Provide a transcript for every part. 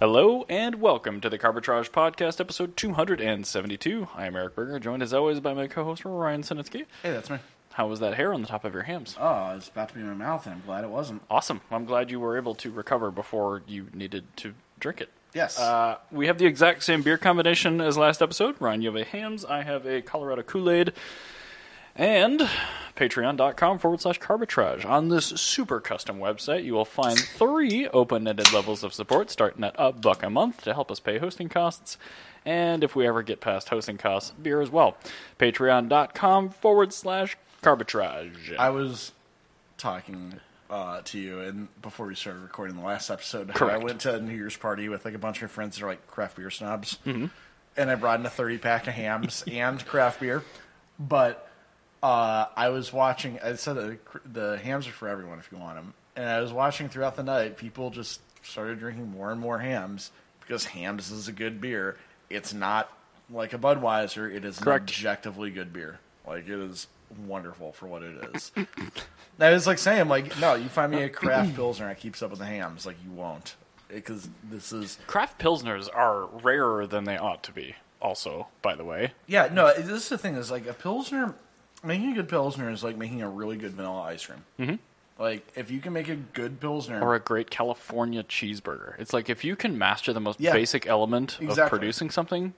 Hello and welcome to the Carbitrage Podcast, episode 272. I am Eric Berger, joined as always by my co-host Ryan Sinitsky. Hey, that's me. How was that hair on the top of your hams? Oh, it's about to be in my mouth, and I'm glad it wasn't. Awesome. I'm glad you were able to recover before you needed to drink it. Yes. Uh, we have the exact same beer combination as last episode. Ryan, you have a hams. I have a Colorado Kool Aid. And patreon.com forward slash carbitrage. On this super custom website, you will find three open ended levels of support starting at a buck a month to help us pay hosting costs. And if we ever get past hosting costs, beer as well. Patreon.com forward slash carbitrage. I was talking uh, to you, and before we started recording the last episode, how I Correct. went to a New Year's party with like a bunch of my friends that are like craft beer snobs, and I brought in a thirty pack of hams and craft beer. But uh, I was watching. I said the, the hams are for everyone if you want them, and I was watching throughout the night. People just started drinking more and more hams because hams is a good beer. It's not like a Budweiser. It is an Correct. objectively good beer. Like it is wonderful for what it is. That is like saying, like, no, you find me a craft pilsner that keeps up with the hams, like you won't, because this is Craft Pilsners are rarer than they ought to be, also, by the way. yeah, no, this is the thing is like a pilsner, making a good pilsner is like making a really good vanilla ice cream. Mm-hmm. Like if you can make a good pilsner, or a great California cheeseburger. It's like if you can master the most Yeah. basic element of Exactly. producing something,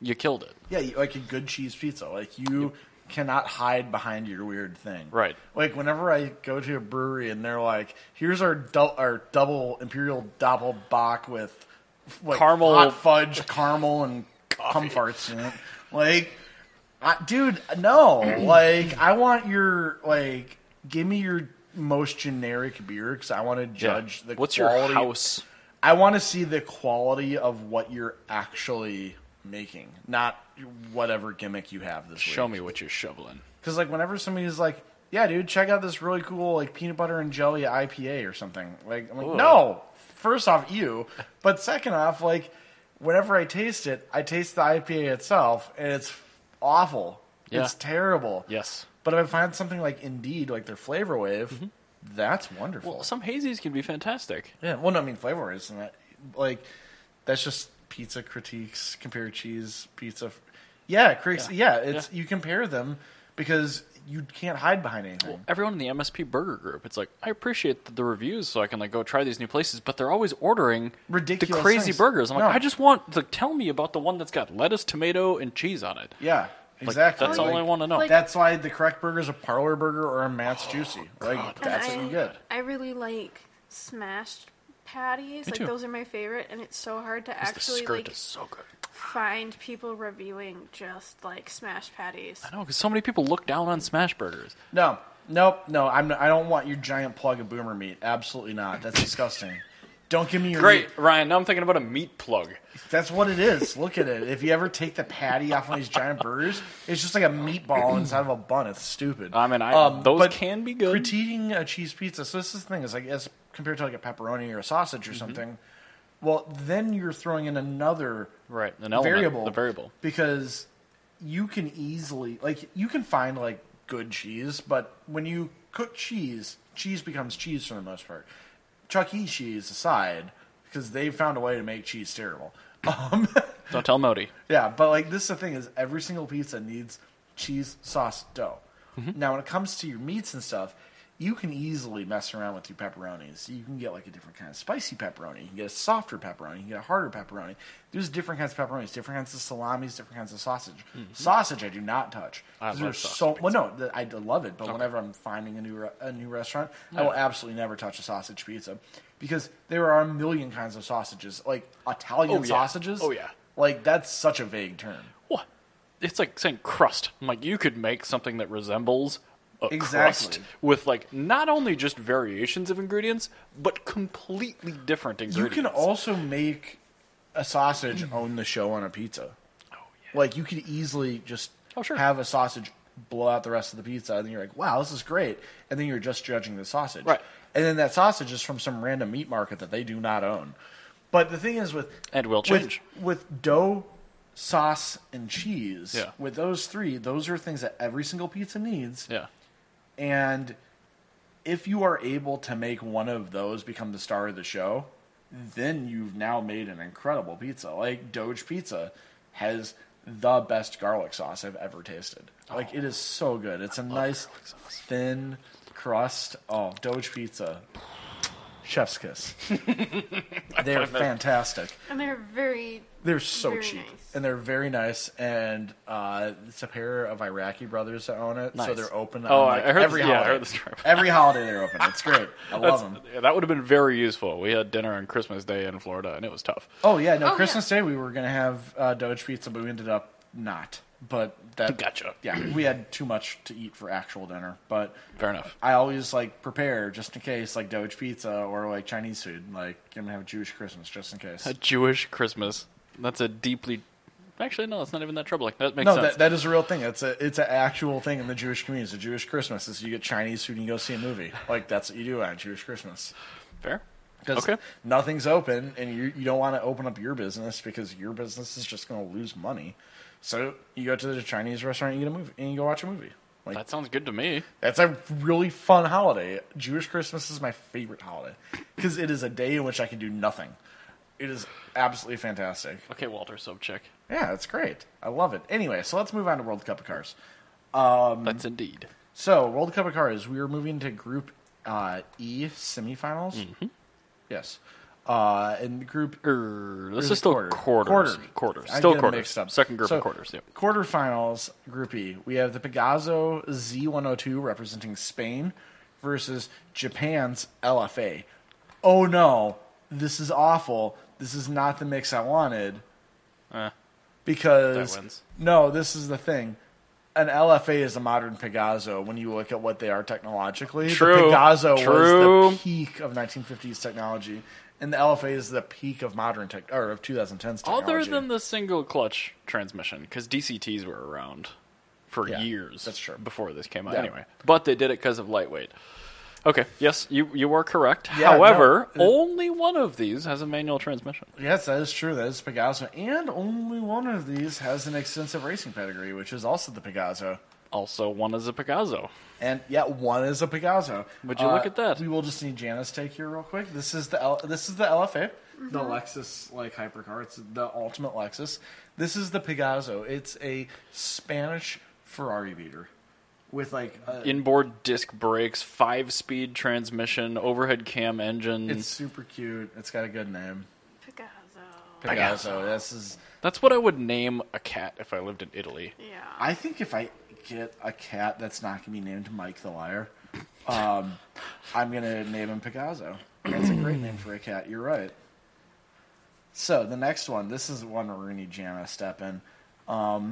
you killed it. yeah, you- like a good cheese pizza, like you. Cannot hide behind your weird thing, Right. Like whenever I go to a brewery and they're like, "Here's our dou- our double imperial doppelbock with like, Caramel- hot fudge, caramel, and comfarts in it." Like, I, dude, no. like, I want your like, give me your most generic beer because I want to judge the What's quality. your house? I want to see the quality of what you're actually making, not whatever gimmick you have this Show me what you're shoveling. Because like, whenever somebody's like. Yeah, dude, check out this really cool like peanut butter and jelly IPA or something. Like, I'm like, Ugh. no. First off, you. But second off, like, whenever I taste it, I taste the IPA itself, and it's awful. Yeah. It's terrible. Yes. But if I find something like Indeed, like their Flavor Wave, that's wonderful. Mm-hmm. Well, some hazies can be fantastic. Yeah, well, no, I mean flavor wise, isn't that like that's just pizza critiques compare cheese pizza. f- Yeah, critiques. Yeah, it's you compare them because you can't hide behind anything. Everyone in the MSP burger group, it's like I appreciate the, the reviews, so I can like go try these new places. But they're always ordering Ridiculous the crazy things. burgers. I'm like, No. I just want to tell me about the one that's got lettuce, tomato, and cheese on it. yeah, Like, exactly. That's Like, all I want Oh, to know. That's why the correct burger is a parlor burger or a Matt's Juicy. Like And that's I- what you get. I really like smashed patties. like too. those are my favorite, and it's so hard to This- the actually skirt like is so good. find people reviewing just like smashed patties. I know because so many people look down on smash burgers. No, nope, no. I'm. I don't want your giant plug of boomer meat. Absolutely not. That's disgusting. Don't give me your meat. Great, Mm. Ryan. Now I'm thinking about a meat plug. That's what it is. Look at it. If you ever take the patty off one of these giant burgers, it's just like a meatball inside of a bun. It's stupid. Um, I mean, I- those but can be good. Critiquing a cheese pizza. So this is the thing is like as compared to like a pepperoni or a sausage or Mm-hmm. something. Well, then you're throwing in another Right, an element, variable. the variable. because you can easily like you can find like good cheese, but when you cook cheese, cheese becomes cheese for the most part. Chuck E. Cheese aside, because they found a way to make cheese terrible. Um, Don't tell Modi. Yeah, but like this is the thing is every single pizza needs cheese, sauce, dough. Mm-hmm. Now when it comes to your meats and stuff, you can easily mess around with your pepperonis. You can get like a different kind of spicy pepperoni. You can get a softer pepperoni. You can get a harder pepperoni. There's different kinds of pepperonis, different kinds of salamis, different kinds of sausage. Sausage, I do not touch. Mm-hmm. I 'Cause love there's sausage so well, no, the, I love it. But whenever I'm finding a new re- a new restaurant, I will absolutely never touch a sausage pizza because there are a million kinds of sausages, like Italian yeah. sausages. Oh, yeah. Like that's such a vague term. What? It's like saying crust. I'm like, you could make something that resembles a crust Exactly. with like not only just variations of ingredients, but completely different You ingredients. can also make a sausage own the show on a pizza. Like you could easily just Oh, sure. have a sausage blow out the rest of the pizza, and then you're like, "Wow, this is great," and then you're just judging the sausage, Right. And then that sausage is from some random meat market that they do not own. But the thing is with And will with- change. with, dough, sauce, and cheese. Yeah. With those three, those are things that every single pizza needs. yeah. And if you are able to make one of those become the star of the show, then you've now made an incredible pizza. Like Doge Pizza has the best garlic sauce I've ever tasted. Like it is so good. It's a nice thin crust. Oh, Doge Pizza. Chef's kiss. They're fantastic. And they're very. They're so Very cheap, nice. and they're very nice. And uh, it's a pair of Iraqi brothers that own it, so Nice. they're open. Oh, on, I- like, I heard every this- yeah, I holiday. heard this story. Every holiday they're open. It's great. I love them. Yeah, that would have been very useful. We had dinner on Christmas Day in Florida, and it was tough. Oh yeah, Oh, no yeah. Christmas Day we were gonna have uh, Doge pizza, but we ended up not. But that Gotcha. Yeah, we had too much to eat for actual dinner, but Fair enough. I always like prepare just in case, like Doge pizza or like Chinese food. Like I'm gonna have Jewish Christmas just in case. A Jewish Christmas. That's a deeply. Actually, no, it's not even that troubling. That makes No, sense. that, that is a real thing. It's a it's an actual thing in the Jewish community. It's a Jewish Christmas. Is you get Chinese food and you go see a movie. Like that's what you do on a Jewish Christmas. Fair. Because Okay. nothing's open, and you you don't want to open up your business because your business is just going to lose money. So you go to the Chinese restaurant, and you get a movie, and you go watch a movie. Like That sounds good to me. that's a really fun holiday. Jewish Christmas is my favorite holiday because it is a day in which I can do nothing. It is absolutely fantastic. Okay, Walter Sobchak. Yeah, it's great. I love it. Anyway, so let's move on to World Cup of Cars. Um, That's indeed. So, World Cup of Cars, we are moving to Group uh, E semifinals. Mm-hmm. Yes. Uh, and Group Er, this is is, it still quarter? quarters. Quarter. Quarters. I Still get 'em quarters. mixed up. Second group So, of quarters. Yep. Quarterfinals, Group E. We have the Pegaso Z102 representing Spain versus Japan's LFA. Oh no, this is awful. This is not the mix I wanted. Eh. Because That wins. no, this is the thing. An LFA is a modern Pegaso when you look at what they are technologically. The True. Pegaso was True. the peak of 1950s technology, and the LFA is the peak of modern tech or of 2010s technology. Other than the single clutch transmission, because DCTs were around for Yeah, years. that's true. Before this came out, Yeah. anyway. But they did it because of lightweight. Okay. Yes, you you are correct. Yeah, However, no, it- only one of these has a manual transmission. Yes, that is true. That is Pegaso. And only one of these has an extensive racing pedigree, which is also the Pegaso. Also, one is a Pegaso. And yet one is a Pegaso. Would you look at that? We will just need Janice take here real quick. This is the L- this is the LFA, the Lexus like hypercar. It's the ultimate Lexus. This is the Pegaso. It's a Spanish Ferrari beater with like a, Inboard disc brakes, five speed transmission, overhead cam engine. it's super cute. It's got a good name. Picasso. Pegaso. This is That's what I would name a cat if I lived in Italy. Yeah. I think if I get a cat that's not going to be named Mike the Liar, um, I'm going to name him Picasso. That's a great name for a cat. You're right. So the next one, this is one where we're going to need Jana to step in. Um,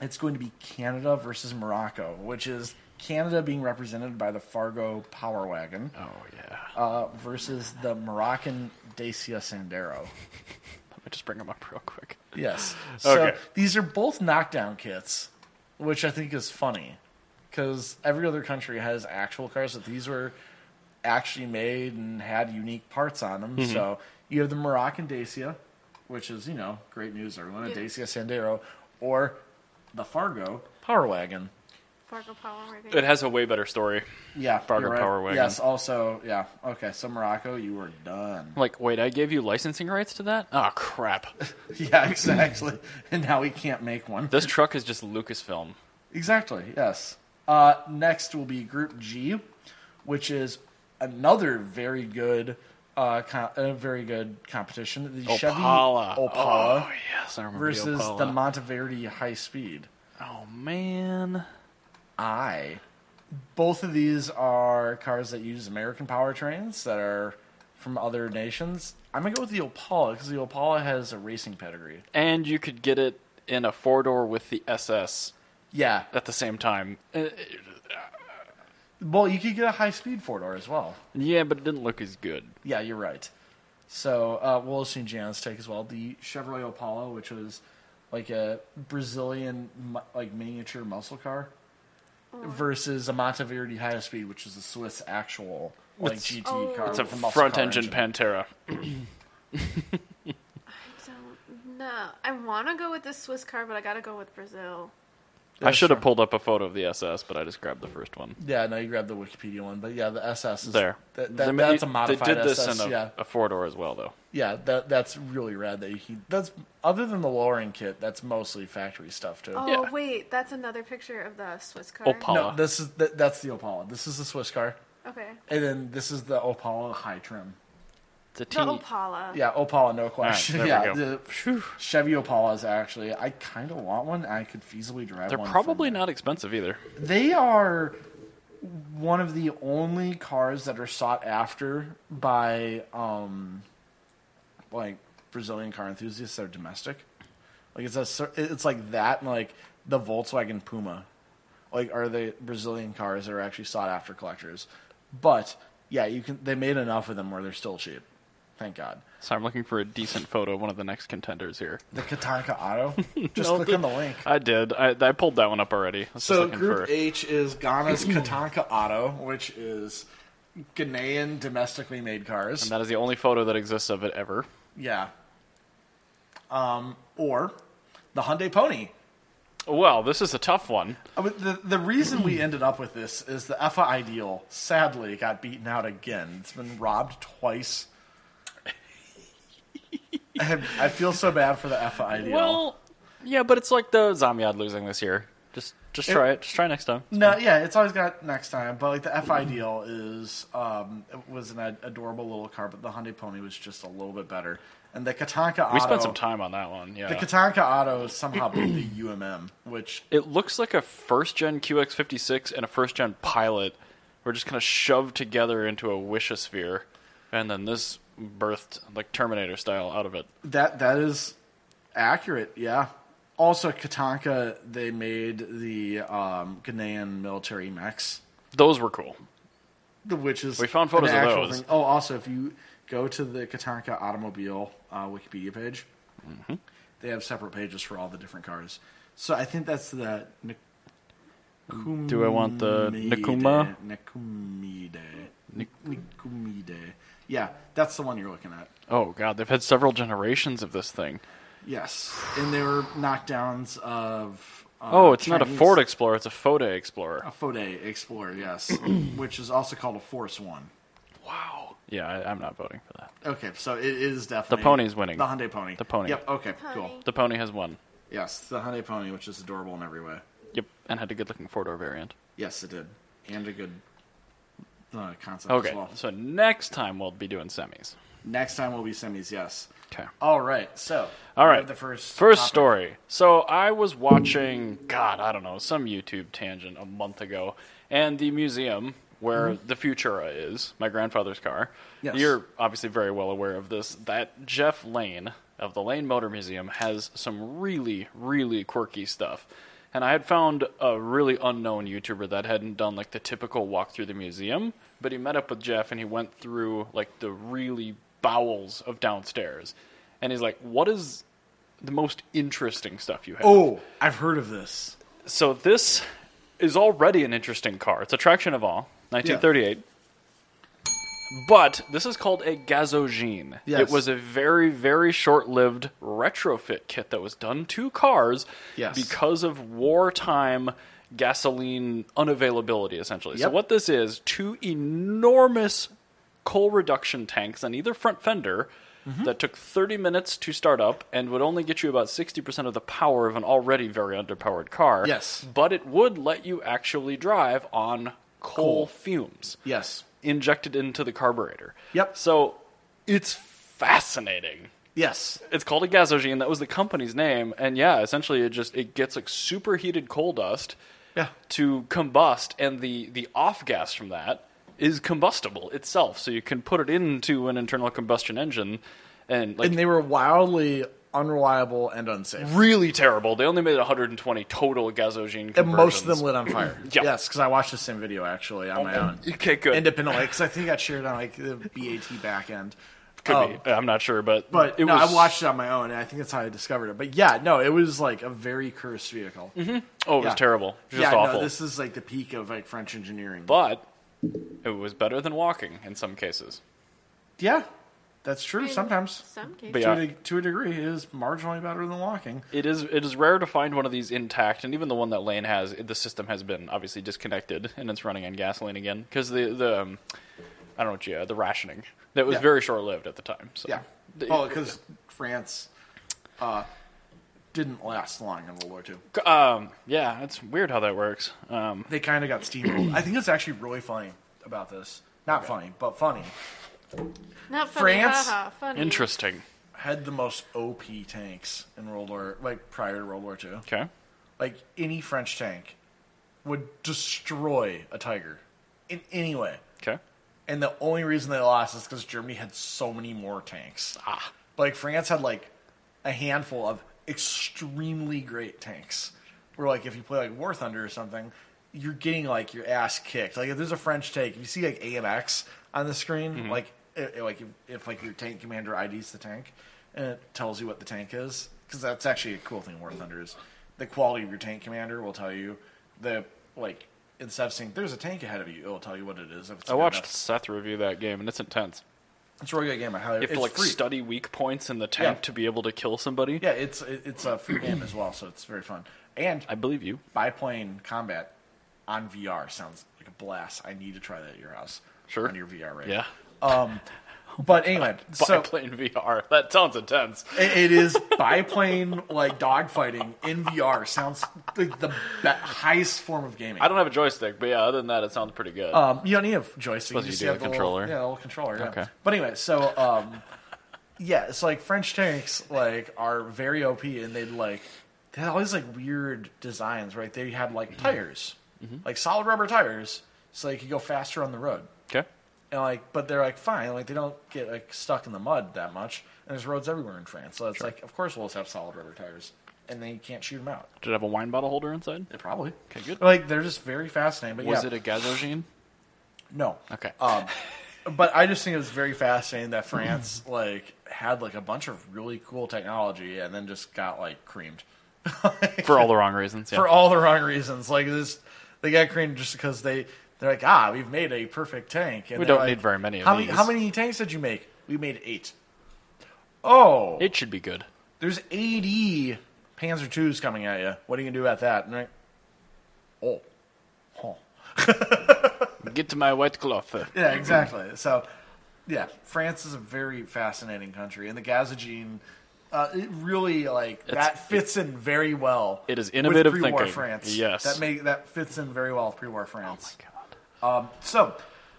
it's going to be Canada versus Morocco, which is Canada being represented by the Fargo Power Wagon Oh yeah. uh, versus the Moroccan Dacia Sandero. Let me just bring them up real quick. Yes. So Okay. these are both knockdown kits, which I think is funny because every other country has actual cars, but these were actually made and had unique parts on them. Mm-hmm. So you have the Moroccan Dacia, which is, you know, great news, everyone, a Yeah. Dacia Sandero, or the Fargo Power Wagon. Fargo Power Wagon. It has a way better story. Yeah. Fargo you're right. Power Wagon. Yes, also, yeah. Okay, so Morocco, you were done. Like, wait, I gave you licensing rights to that? Oh crap. yeah, exactly. and now we can't make one. this truck is just Lucasfilm. Exactly, yes. Uh, next will be Group G, which is another very good, uh, com- a very good competition. The Chevy Opala. Opala Oh yes, I remember versus Opala. the Monteverdi High Speed. Oh man. I. Both of these are cars that use American powertrains that are from other nations. I'm gonna go with the Opala because the Opala has a racing pedigree. And you could get it in a four door with the SS Yeah, at the same time. Uh, well, you could get a high speed four door as well. yeah, but it didn't look as good. Yeah, you're right. So uh, we'll assume Janet's take as well. The Chevrolet Apollo, which was like a Brazilian mu- like miniature muscle car, Oh. versus a Monteverdi High Speed, which is a Swiss actual like It's- GT Oh. car. It's It's a with muscle front car engine Pantera. Um, I don't know. I want to go with the Swiss car, but I gotta go with Brazil. I should have pulled up a photo of the SS, but I just grabbed the first one. Yeah, no, you grabbed the Wikipedia one, but yeah, the SS is There. That, that- They ma- that's a modified They did this SS. in a, yeah, a four door as well, though. yeah, that that's really rad. That you can, that's other than the lowering kit, that's mostly factory stuff too. Oh Yeah. wait, that's another picture of the Swiss car. Opal. No, this is th- that's the Opala. This is the Swiss car, Okay. and then this is the Opala high trim. It's a The teeny. Opala. Yeah, Opala, no All right, question. there yeah, we go. the Chevy Opala is actually. I kind of want one. I could feasibly drive. They're one from- probably not expensive either. They are one of the only cars that are sought after by um like Brazilian car enthusiasts that are domestic. Like it's a cer- it's like that and like the Volkswagen Puma. Like are the Brazilian cars that are actually sought after collectors. But yeah, you can they made enough of them where they're still cheap. Thank God. So I'm looking for a decent photo of one of the next contenders here. The Katanka Auto. Just No, click the- on the link. I did. I, I pulled that one up already. I was just So looking Group for- H is Ghana's Katanka Auto, which is Ghanaian domestically made cars. That is the only photo that exists of it ever. yeah. Um, or the Hyundai Pony. Well, this is a tough one. I mean, the the reason we ended up with this is the EFA Ideal sadly got beaten out again. It's been robbed twice. I, I feel so bad for the EFA Ideal. Well, yeah, but it's like the Zamyad losing this year. Just just try it. Just try next time. No, yeah, it's always got next time, but like the FI deal is um, it was an ad- adorable little car, but the Hyundai Pony was just a little bit better, and the Katanka Auto. We spent some time on that one. Yeah. The Katanka Auto somehow beat the UMM, which it looks like a first gen QX56 and a first gen Pilot were just kind of shoved together into a Wishosphere, and then this birthed like Terminator style out of it. that that is accurate, yeah. Also, Katanka they made the um, Ghanaian military E mechs, Those were cool. the- which is We found an photos of actual those. thing. Oh, also, if you go to the Katanka Automobile uh, Wikipedia page, Mm-hmm. they have separate pages for all the different cars. So I think that's the Nakumide. Do I want the Nakuma? Nakumide. Nakumide. Yeah, that's the one you're looking at. Oh god, they've had several generations of this thing. Yes, and they were knockdowns of. Uh, Oh, it's not a Chinese- Ford Explorer; it's a Fode Explorer. A Fode Explorer, yes, which is also called a Force One. Wow. Yeah, I, I'm not voting for that. Okay, so it is definitely pony's winning. The Hyundai Pony. The pony. Yep. Okay. Cool. Pony. The pony has won. Yes, the Hyundai Pony, which is adorable in every way. Yep, and had a good looking four door variant. Yes, it did, and a good uh, concept Okay, as well. so next time we'll be doing semis. Next time will be semis. Yes. Okay. All right. So. All we right. have The first. topic. story. So I was watching, God, I don't know, some YouTube tangent a month ago, and the museum where the Futura is, my grandfather's car. Mm-hmm. Yes. You're obviously very well aware of this. That Jeff Lane of the Lane Motor Museum has some really, really quirky stuff. And I had found a really unknown YouTuber that hadn't done like the typical walk through the museum, but he met up with Jeff and he went through like the really bowels of downstairs. And he's like, "What is the most interesting stuff you have. Oh, I've heard of this. So this is already an interesting car. It's a traction avant, 1938. But this is called a gazogene. It Yes. was a very, very short-lived retrofit kit that was done to cars Yes. because of wartime gasoline unavailability, essentially. So Yep. what this is, two enormous coal reduction tanks on either front fender Mm-hmm. that took 30 minutes to start up and would only get you about 60% of the power of an already very underpowered car. Yes. But it would let you actually drive on coal. fumes Yes. injected into the carburetor. Yep. So it's fascinating. Yes. It's called a gasogene. That was the company's name, and yeah, essentially it just it gets like superheated coal dust Yeah. to combust, and the the off gas from that is combustible itself. So you can put it into an internal combustion engine, and like And they were wildly unreliable and unsafe. really terrible. They only made 120 total gasogene conversions. And most of them lit on fire. Yeah. Yes, because I watched the same video actually on my own. Okay, good. Independently, because I think I shared on like the BAT back end. Could Um, be. Uh, I'm not sure, but But it no, was, I watched it on my own, and I think that's how I discovered it. But yeah, no, it was like a very cursed vehicle. Oh, it was Yeah. terrible. Just yeah, awful. no, this is like the peak of like French engineering. But it was better than walking in some cases. yeah, That's true. In Sometimes, Some cases. But to, yeah. a, de- to a degree, it is marginally better than walking. It is it is rare to find one of these intact, and even the one that Lane has, the system has been obviously disconnected, and it's running on gasoline again because the the um, I don't know what you, uh, the rationing that was Yeah. very short lived at the time. So. Yeah. Oh. The- Well, because France uh, didn't last long in World War II. Um, yeah, it's weird how that works. Um, They kind of got steamrolled. I think it's actually really funny about this. Not funny, but funny. Not funny. France- haha, funny. interesting. Had the most OP tanks in World War, like prior to World War II. Okay. Like any French tank would destroy a Tiger in any way. Okay. And the only reason they lost is because Germany had so many more tanks. Ah. Like France had like a handful of extremely great tanks. Where like if you play like War Thunder or something, you're getting like your ass kicked. Like if there's a French tank, if you see like AMX on the screen, Mm-hmm. like i like if, if like your tank commander IDs the tank and it tells you what the tank is, because that's actually a cool thing. War Thunder is the quality of your tank commander will tell you the like instead of saying there's a tank ahead of you, it will tell you what it is. If it's I good watched enough. Seth review that game, and it's intense. It's a really good game. I highly. You have it's to like free. study weak points in the tank Yeah. to be able to kill somebody. Yeah, it's it- it's a free game as well, so it's very fun. And I believe you. biplane combat on VR sounds like a blast. I need to try that at your house. Sure. On your VR right Yeah. But anyway, so Biplane VR. That sounds intense. it, it is biplane like dogfighting in VR sounds like the be- highest form of gaming. I don't have a joystick, but yeah, other than that, it sounds pretty good. Um, you don't need a joystick. Suppose you you just do have a the little- controller. yeah, a little controller. yeah. Okay. But anyway, so um, yeah, it's like French tanks like are very OP, and they'd like they had all these like weird designs, right? They had like Mm-hmm. tires, like solid rubber tires, so they could go faster on the road. okay. And like, but they're like fine, like they don't get like stuck in the mud that much, and there's roads everywhere in France, so it's like of course we'll just have solid rubber tires, and then you can't shoot them out. Did it have a wine bottle holder inside? Probably. Okay, good. Like they're just very fascinating. But Was Uh, yeah. it a gazogene? No. Okay. Um, but I just think it was very fascinating that France like had like a bunch of really cool technology and then just got like creamed For all the wrong reasons. Yeah. for all the wrong reasons. Like this, they got creamed just because they they're like, ah, we've made a perfect tank. And We they're don't like, need very many of how many- these." how many tanks did you make? We made eight. Oh, it should be good. there's 80 Panzer twos coming at you. What are you gonna do about that? And they're like, oh, huh. Get to my white cloth. Yeah, exactly. So, yeah, France is a very fascinating country, and the Gazogene, uh, it really like that fits in very well. It is innovative with pre-war thinking. France. Yes. that make that fits in very well with pre-war France. God. Um, so,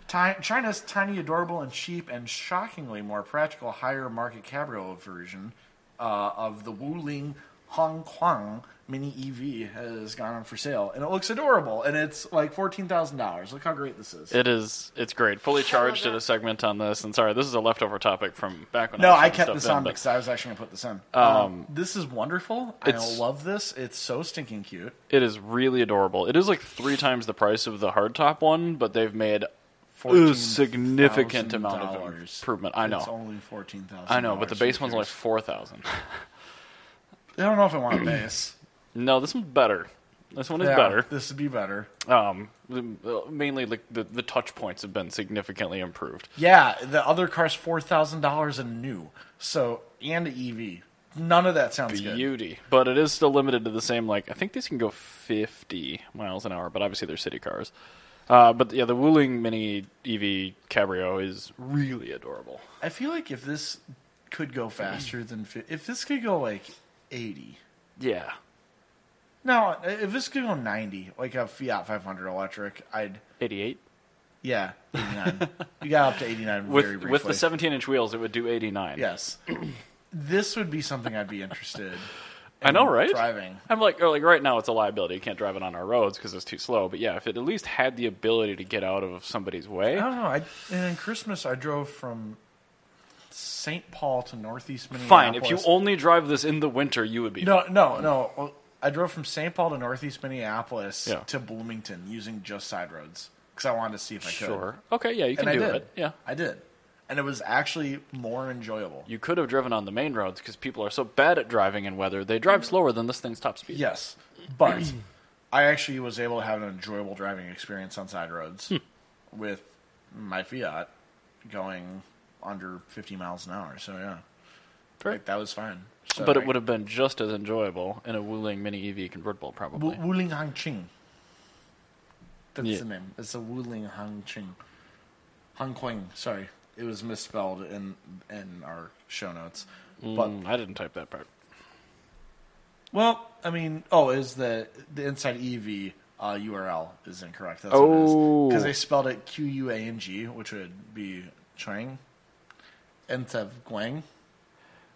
ti- China's tiny, adorable, and cheap, and shockingly more practical higher market cabrio version uh, of the Wuling Hong Kong Mini EV has gone on for sale, and it looks adorable, and it's like fourteen thousand dollars. Look how great this is. It is. It's great. Fully charged did a segment on this, and sorry, this is a leftover topic from back when. No, I, was I shoving kept stuff this in, on but because I was actually going to put this in. Um, this is wonderful. I it's- love this. It's so stinking cute. It is really adorable. It is like three times the price of the hardtop one, but they've made a significant amount of $14,000. improvement. I It's know. only fourteen thousand. I know, but the base one's only four thousand. I don't know if I want a base. no, this one's better. This one is Yeah, better. This would be better. Um, the- uh, mainly like the, the touch points have been significantly improved. Yeah, the other car's four thousand dollars and new. So and an EV. None of that sounds good. Beauty, but it is still limited to the same. Like I think these can go fifty miles an hour, but obviously they're city cars. Uh, but yeah, the Wuling Mini EV Cabrio is really adorable. I feel like if this could go faster than fi- if this could go like eighty. Yeah, No, if this could go ninety, like a Fiat 500 electric, I'd eighty-eight Yeah, 89. you got up to 89 very with briefly. with the seventeen-inch wheels, it would do eighty-nine. Yes. this would be something I'd be interested I know, in right? Driving. I'm like, or like right now it's a liability. You can't drive it on our roads because it's too slow. But yeah, if it at least had the ability to get out of somebody's I way, don't know. I, and in Christmas, I drove from St. Paul to Northeast fine. Minneapolis. If you only drive this in the winter, you would be No, no, no. Well, I drove from St. Paul to Northeast Minneapolis Yeah. to Bloomington using just side roads because I wanted to see if I could. sure. Okay, yeah, you can And I do did. it. Yeah, I did. And it was actually more enjoyable. you could have driven on the main roads because people are so bad at driving in weather. They drive slower than this thing's top speed. Yes, but I actually was able to have an enjoyable Hmm. driving experience on side roads with my Fiat going under 50 miles an hour. So yeah, Fair. like, that was fine. So, but it would have been just as enjoyable in a Wuling Mini EV convertible, probably. Wu- Wuling Hang Ching. That's Yeah. the name. It's a Wuling Hang Ching. Hang Quing. Sorry, it was misspelled in in our show notes. But Mm, I didn't type that part. well, I mean, oh, is the the inside EV uh, URL is incorrect? That's Oh. because they spelled it Q U A N G, which would be Chuang, instead of Guang.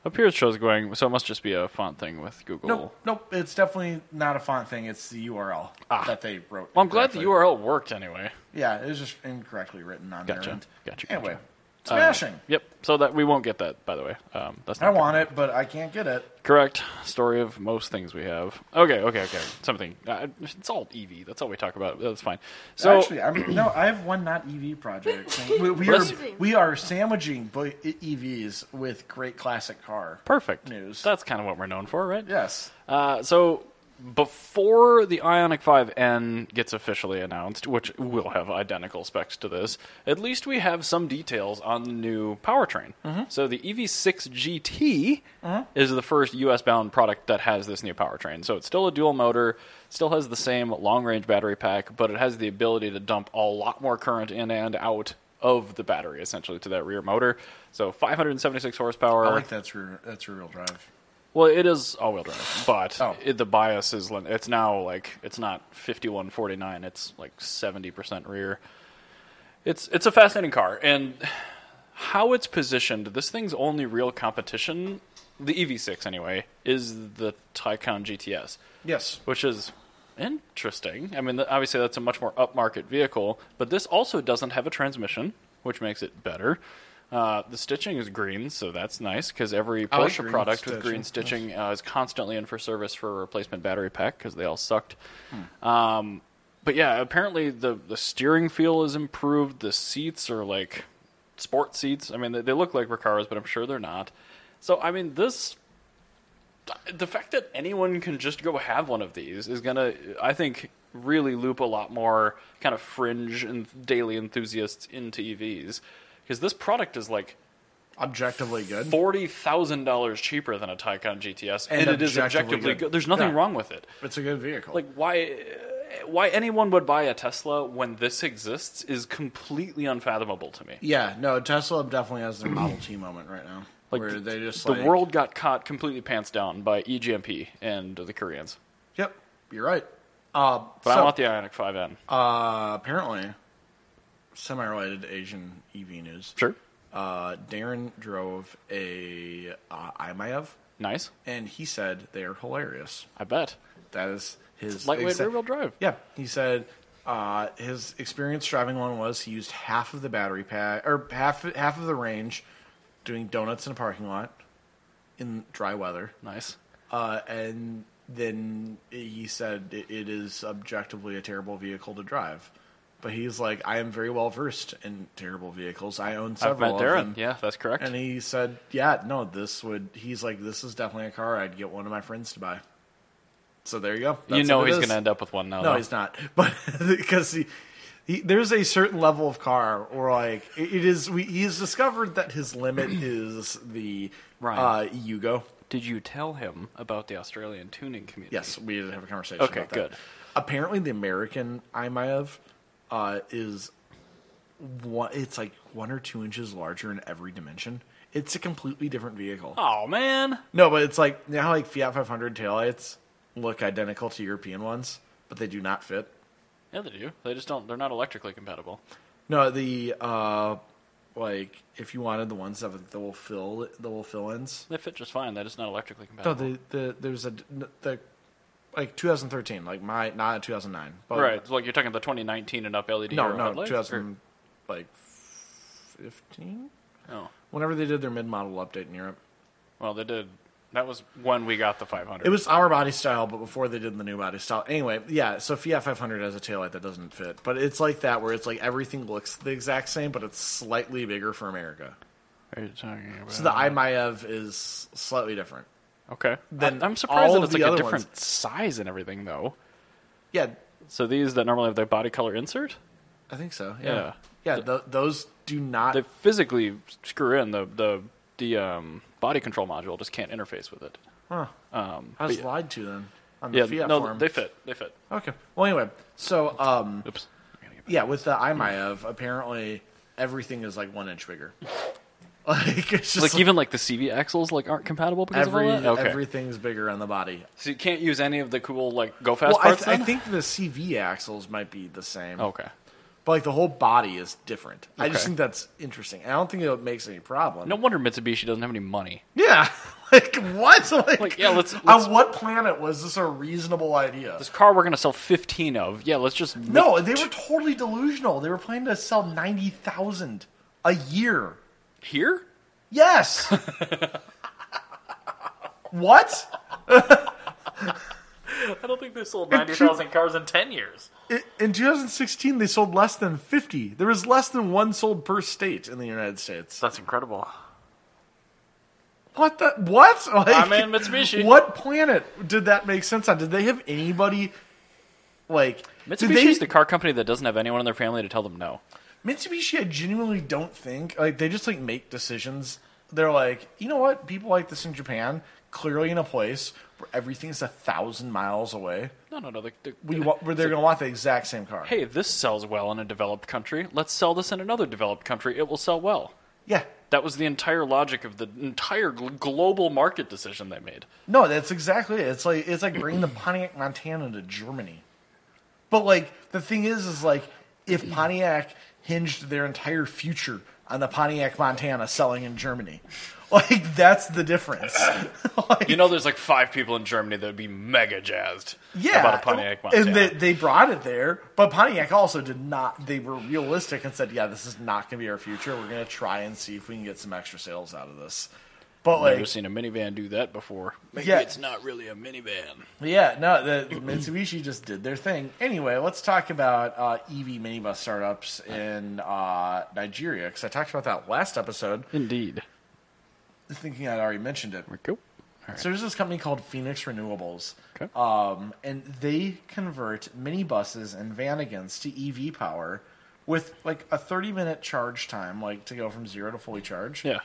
Up here it shows going, so it must just be a font thing with Google. Nope, nope. It's definitely not a font thing. It's the URL Ah. that they wrote. Well, I'm glad the incorrectly. URL worked anyway. Yeah, it was just incorrectly written on Gotcha. their end. Gotcha, Anyway, gotcha. smashing. Uh, yep. So that we won't get that, by the way. Um, that's I not want it, but I can't get it. correct. Story of most things we have. Okay, okay, okay. Something. Uh, it's all EV. That's all we talk about. That's fine. So Actually, I'm no. I have one not EV project. we, we are Let's- we are sandwiching bo- EVs with great classic car. perfect News. That's kind of what we're known for, right? Yes. Uh, so before the Ionic 5N gets officially announced, which will have identical specs to this, at least we have some details on the new powertrain. Mm-hmm. So the E EV6 GT is the first US bound product that has this new powertrain. So it's still a dual motor, still has the same long range battery pack, but it has the ability to dump a lot more current in and out of the battery essentially to that rear motor. So 576 horsepower. I like that's rear that's rear wheel drive. Well, it is all-wheel drive, but Oh. it, the bias is lin- it's now like it's not fifty-one forty-nine; it's like seventy percent rear. It's it's a fascinating car, and how it's positioned. This thing's only real competition, the EV6 anyway, is the Taycan GTS, Yes. which is interesting. I mean, th- obviously that's a much more upmarket vehicle, but this also doesn't have a transmission, which makes it better. Uh, the stitching is green, so that's nice because every I like Porsche green product with stitching. green stitching uh, is constantly in for service for a replacement battery pack because they all sucked. Hmm. Um, but yeah, apparently the, the steering feel is improved. The seats are like sport seats. I mean, they, they look like Recaros, but I'm sure they're not. So, I mean, this. The fact that anyone can just go have one of these is going to, I think, really loop a lot more kind of fringe and daily enthusiasts into EVs. Because this product is like Objectively good. forty thousand dollars cheaper than a Taycan GTS, and, And it is objectively objectively good. good. There's nothing Yeah. wrong with it. It's a good vehicle. Like why, why anyone would buy a Tesla when this exists is completely unfathomable to me. yeah, no, Tesla definitely has their Model T moment right now, Like where the- they just the like, world got caught completely pants down by E EGMP and the Koreans. Yep, you're right. Uh, But so- I want the Ionic Five N. Uh, apparently, semi-related Asian EV news. sure, Uh, Darren drove a uh, IMAEV, nice. and he said they are hilarious. I bet That is his lightweight exa- rear-wheel drive. Yeah, he said uh, his experience driving one was he used half of the battery pack or half half of the range, doing donuts in a parking lot in dry weather. Nice. Uh, and then he said it, it is objectively a terrible vehicle to drive. But he's like, I am very well versed in terrible vehicles. I I've own met several of Darren. them. Yeah, that's correct. And he said, Yeah, no, this would. He's like, this is definitely a car I'd get one of my friends to buy. So there you go. you know he's going to to end up with one now. no, though. he's not. But because he, he, there's a certain level of car where like it, it is. We, he's discovered that his limit is the Right. uh, Yugo. Did you tell him about the Australian tuning community? Yes, we did have a conversation. Okay, about that. good. Apparently, the American IMAEV uh, is one. It's like one or two inches larger in every dimension. It's a completely different vehicle. Oh man. No, but it's like now like Fiat 500 taillights look identical to European ones, but they do not fit. Yeah, they do. They just don't. They're not electrically compatible. No, the uh, like if you wanted the ones that have the little fill the little fill ins. They fit just fine. They're just not electrically No, compatible. the, the there's a the like 2013, like my not 2009, but right. So, like you're talking the 2019 and up LED. No, or no, headlights, 2000 like 15. or- oh, Whenever they did their mid model update in Europe, well, they did. That was when we got the 500. it was our body style, but before they did the new body style. Anyway, yeah. So Fiat 500 has a taillight that doesn't fit, but it's like that where it's like everything looks the exact same, but it's slightly bigger for America. What Are you talking about? So the iMaev is slightly different. okay. then I, am surprised all that of it's the like a other different size and everything, though. Yeah, So these that normally have their body color insert. I think so. Yeah. Yeah, yeah. tho- those do not. They physically screw in the the the um, body control module. Just can't interface with it. Um, huh. I was lied to then on the uh, Yeah, Fiat no, form. they fit. They fit. Okay. Well, anyway, so um, Oops. I'm gonna get back. yeah, with the iMyEV, apparently everything is like one inch bigger. like it's just Like even like the CV axles like aren't compatible because every of all that. Okay. everything's bigger on the body. so you can't use any of the cool like go fast Well, I, parts. th- I then? think the CV axles might be the same. Okay. But like the whole body is different. I just Okay. think that's interesting. I don't think it makes any problem. No wonder Mitsubishi doesn't have any money. Yeah. Like what? Like, Like, yeah, let's- let's- on what planet was this a reasonable idea? This car we're gonna sell fifteen of. Yeah, let's just make- No, they were totally delusional. They were planning to sell ninety thousand a year. here. Yes. what? I don't think they sold 90,000 cars in ten years. I- In 2016, they sold less than 50. There was less than one sold per state in the United States. That's incredible. What the? What? Like, I mean, Mitsubishi. What planet did that make sense on? Did they have anybody? Like did Mitsubishi they- is the car company that doesn't have anyone in their family to tell them no. Mitsubishi, I genuinely don't think like they just like make decisions. They're like, you know what? People like this in Japan, clearly in a place where everything's a thousand miles away. No, no, no. They, they, We want, where they're going to want the exact same car. hey, this sells well in a developed country. Let's sell this in another developed country. It will sell well. Yeah, That was the entire logic of the entire gl- global market decision they made. no, that's exactly it. It's like it's like bringing the Pontiac Montana to Germany. But like the thing is, is like if Pontiac hinged their entire future on the Pontiac Montana selling in Germany, like that's the difference. Like- You know, there's like five people in Germany that would be mega jazzed yeah, about a Pontiac Montana. and- And they, they brought it there, but Pontiac also did not. They were realistic and said, "Yeah, this is not going to be our future. We're going to try and see if we can get some extra sales out of this." But I've like, never seen a minivan do that before. Maybe Yeah. it's not really a minivan. yeah, no, the, the Mitsubishi just did their thing. Anyway, let's talk about uh, EV minibus startups in uh, Nigeria because I talked about that last episode. Indeed. Thinking I'd already mentioned it. Cool. All right. So there's this company called Phoenix Renewables, Okay. um, and they convert minibuses and vanagons to EV power with like a 30 minute charge time, like to go from zero to fully charge, Yeah.